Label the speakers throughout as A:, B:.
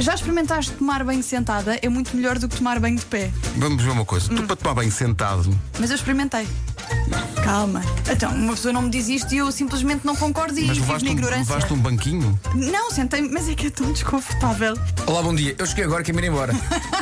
A: Já experimentaste tomar banho sentada? É muito melhor do que tomar banho de pé.
B: Vamos ver uma coisa. Tu para tomar banho sentado,
A: Mas eu experimentei. Calma. Então, uma pessoa não me diz isto e eu simplesmente não concordo e
B: mas
A: vivo
B: levaste
A: na
B: um,
A: ignorância.
B: levaste um banquinho?
A: Não, sentei-me, mas é que é tão desconfortável.
C: Olá, bom dia. Eu cheguei agora, quero me ir embora.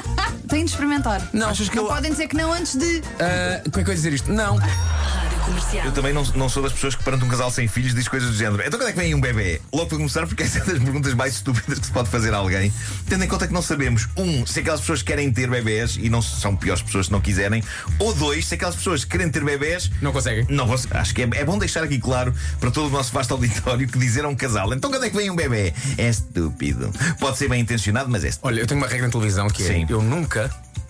A: Tenho de experimentar.
C: Não, achas que eu.
A: Podem dizer que não antes de.
C: Ah, como é que eu ia dizer isto? Não.
D: Rádio Comercial.
E: Eu também não, não sou das pessoas que perante um casal sem filhos diz coisas do género. Então quando é que vem um bebê? Logo para começar, porque essa é das perguntas mais estúpidas que se pode fazer a alguém, tendo em conta que não sabemos, um, se aquelas pessoas querem ter bebés e não se- são piores pessoas se não quiserem, ou dois, se aquelas pessoas que querem ter bebés.
C: Não conseguem.
E: Não, cons- acho que é, é bom deixar aqui claro para todo o nosso vasto auditório que dizer a um casal, então quando é que vem um bebê? É estúpido. Pode ser bem intencionado, mas é estúpido.
C: Olha, eu tenho uma regra na televisão que é:
E: Sim.
C: eu nunca.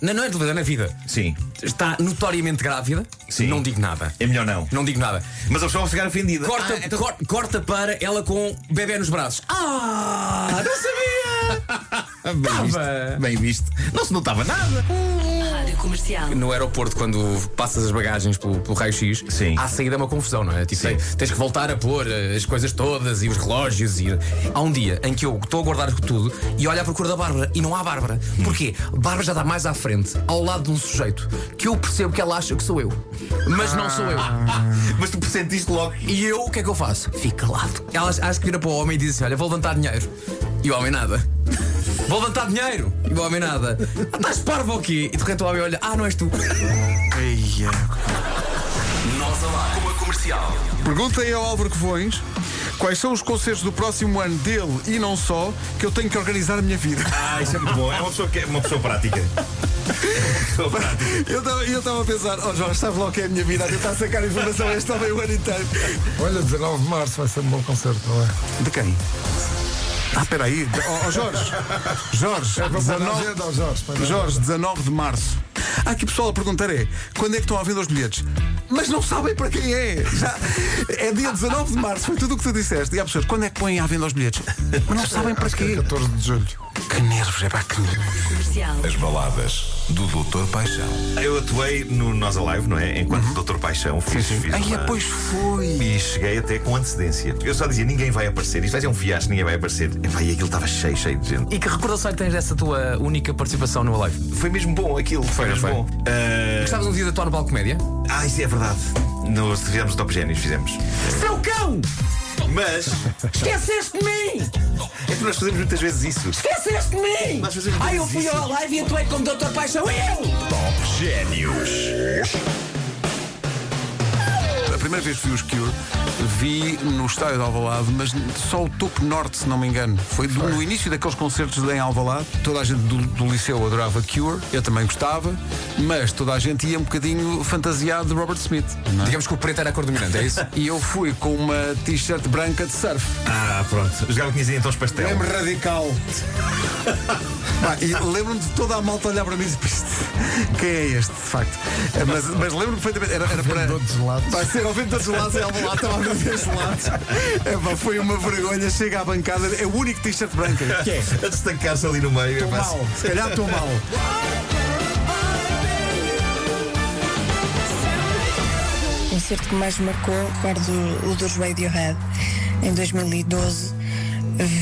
C: Não, não é na televisão, é na vida.
E: Sim.
C: Está notoriamente grávida.
E: Sim.
C: Não digo nada.
E: É melhor não.
C: Não digo nada.
E: Mas a pessoa vai ficar ofendida.
C: Corta,
E: Ah, então-
C: cor- corta para ela com um bebê nos braços. Ah! Não sabia!
E: bem,
C: Tava.
E: visto, bem visto. Não se notava nada.
D: Rádio Comercial.
C: No aeroporto, quando passas as bagagens pelo, pelo raio-x,
E: Sim.
C: à saída é uma confusão, não é? Tipo,
E: Sim.
C: te- tens que voltar a pôr eh, as coisas todas e os relógios. E... Há um dia em que eu estou a guardar tudo e olho à procura da Bárbara e não há Bárbara. Porquê? Bárbara já está mais à frente, ao lado de um sujeito que eu percebo que ela acha que sou eu, mas não sou eu.
E: Ah. Mas tu sentiste logo.
C: E eu, o que é que eu faço? Fico calado. Ela acho que vira para o homem e diz assim: Olha, vou levantar dinheiro. E o homem nada. Vou levantar dinheiro. E o homem nada. Ah, Estás parvo aqui. E de repente o homem olha: Ah, não és tu.
B: Perguntei ao Álvaro Covões quais são os concertos do próximo ano dele e não só que eu tenho que organizar a minha vida.
E: Ah, isso é muito bom. É uma pessoa, que, é uma pessoa prática. É uma pessoa prática.
B: Eu estava eu estava a pensar, oh Jorge, sabe lá o que é a minha vida, a tentar sacar informação este homem o ano inteiro.
F: Olha, 19 de março vai ser um bom concerto, não é?
B: De quem? Ah, espera aí. Oh, oh, Jorge, É Jorge,
F: Vamos pôr na
B: 19,
F: agenda ao Jorge. para dar-
B: Jorge, 19 de março. Há aqui pessoal a perguntar é quando é que estão à venda os bilhetes? Mas não sabem para quem é. Já- é dia 19 de março, foi tudo o que tu disseste. E há pessoas, quando é que põem à venda os bilhetes? Mas não sabem para quê.
F: 14 de julho.
B: Que nervos, é pá, que nervos.
D: Comercial.
G: As baladas do Doutor Paixão.
E: Eu atuei no Nós Alive, não é? Enquanto Doutor Paixão fiz, fiz
B: Aí,
E: uma-
B: é, pois foi.
E: E cheguei até com antecedência. Eu só dizia, ninguém vai aparecer. Isto vai ser um fiasco, ninguém vai aparecer. Epá, e aquilo estava cheio, cheio de gente.
C: E que recordação é que tens dessa tua única participação no live?
E: E foi mesmo bom aquilo. Foi, mesmo
C: foi.
E: bom. Ah,
C: Gostavas um dia de atuar no palco comédia?
E: Ah, isso é verdade. Nós fizemos top génios, fizemos.
C: Seu cão!
E: Mas
C: Esqueceste de mim!
E: é que nós fazemos muitas vezes isso.
C: Esqueceste de mim!
E: Nós fazemos
C: Ai, eu
E: isso.
C: fui ao live e atuei como Dr. Paixão. Eu!
B: A primeira vez que vi os Cure, vi no estádio de Alvalade, mas só o topo norte, se não me engano. Foi, do- no início daqueles concertos em Alvalade. Toda a gente do, do liceu adorava Cure, eu também gostava, mas toda a gente ia um bocadinho fantasiado de Robert Smith.
C: Digamos que o preto era a cor dominante, é isso?
B: E eu fui com uma t-shirt branca de surf.
E: Ah, pronto. Os galos conheciam então os pastel.
B: Lembro radical. Pá, e lembro-me de toda a malta olhar para mim e dizer, "Isto, quem é este, de facto? Eh, Mas, mas lembro-me perfeitamente. Era, era para.
F: Vendedor de gelados.
B: Vai ser ao vento de gelados em Alvalade, estava a vender gelados. É, pá, foi uma vergonha. Chega à bancada, é o único t-shirt branco.
E: Que é? A destacar-se ali no meio. é
B: Estou
E: epá,
B: mal, se calhar estou mal.
H: O concerto que mais me marcou, recordo o dos Radiohead, em 2012.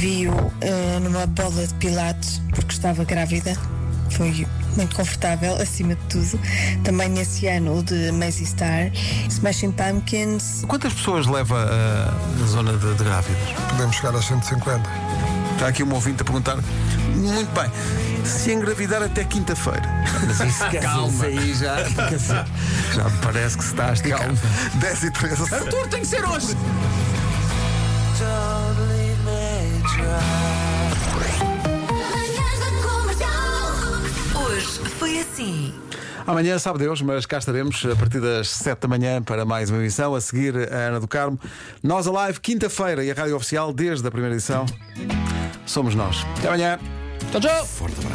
H: Vi-o eh, numa bola de pilates, porque estava grávida. Foi muito confortável, acima de tudo. Também nesse ano, o de Maisie Star, Smashing Pumpkins,
B: Quantas pessoas leva a, a zona de, de grávidas?
F: Podemos chegar às 150.
B: Está aqui um ouvinte a perguntar. Muito bem, se engravidar até quinta-feira. Mas isso,
C: Calma.
B: isso é aí já. quer dizer, Já me parece que se está a esticar.
C: Calma.
B: 10 e 13.
C: Arthur, tem que ser hoje!
I: Manhãs da Comercial.
D: Hoje foi assim.
B: Amanhã sabe Deus, mas cá estaremos a partir das 7 da manhã para mais uma emissão. A seguir, a Ana do Carmo. Nós a live, quinta-feira, e a Rádio Oficial, desde a primeira edição. Somos nós. Até amanhã. Tchau, tchau. Forte abraço.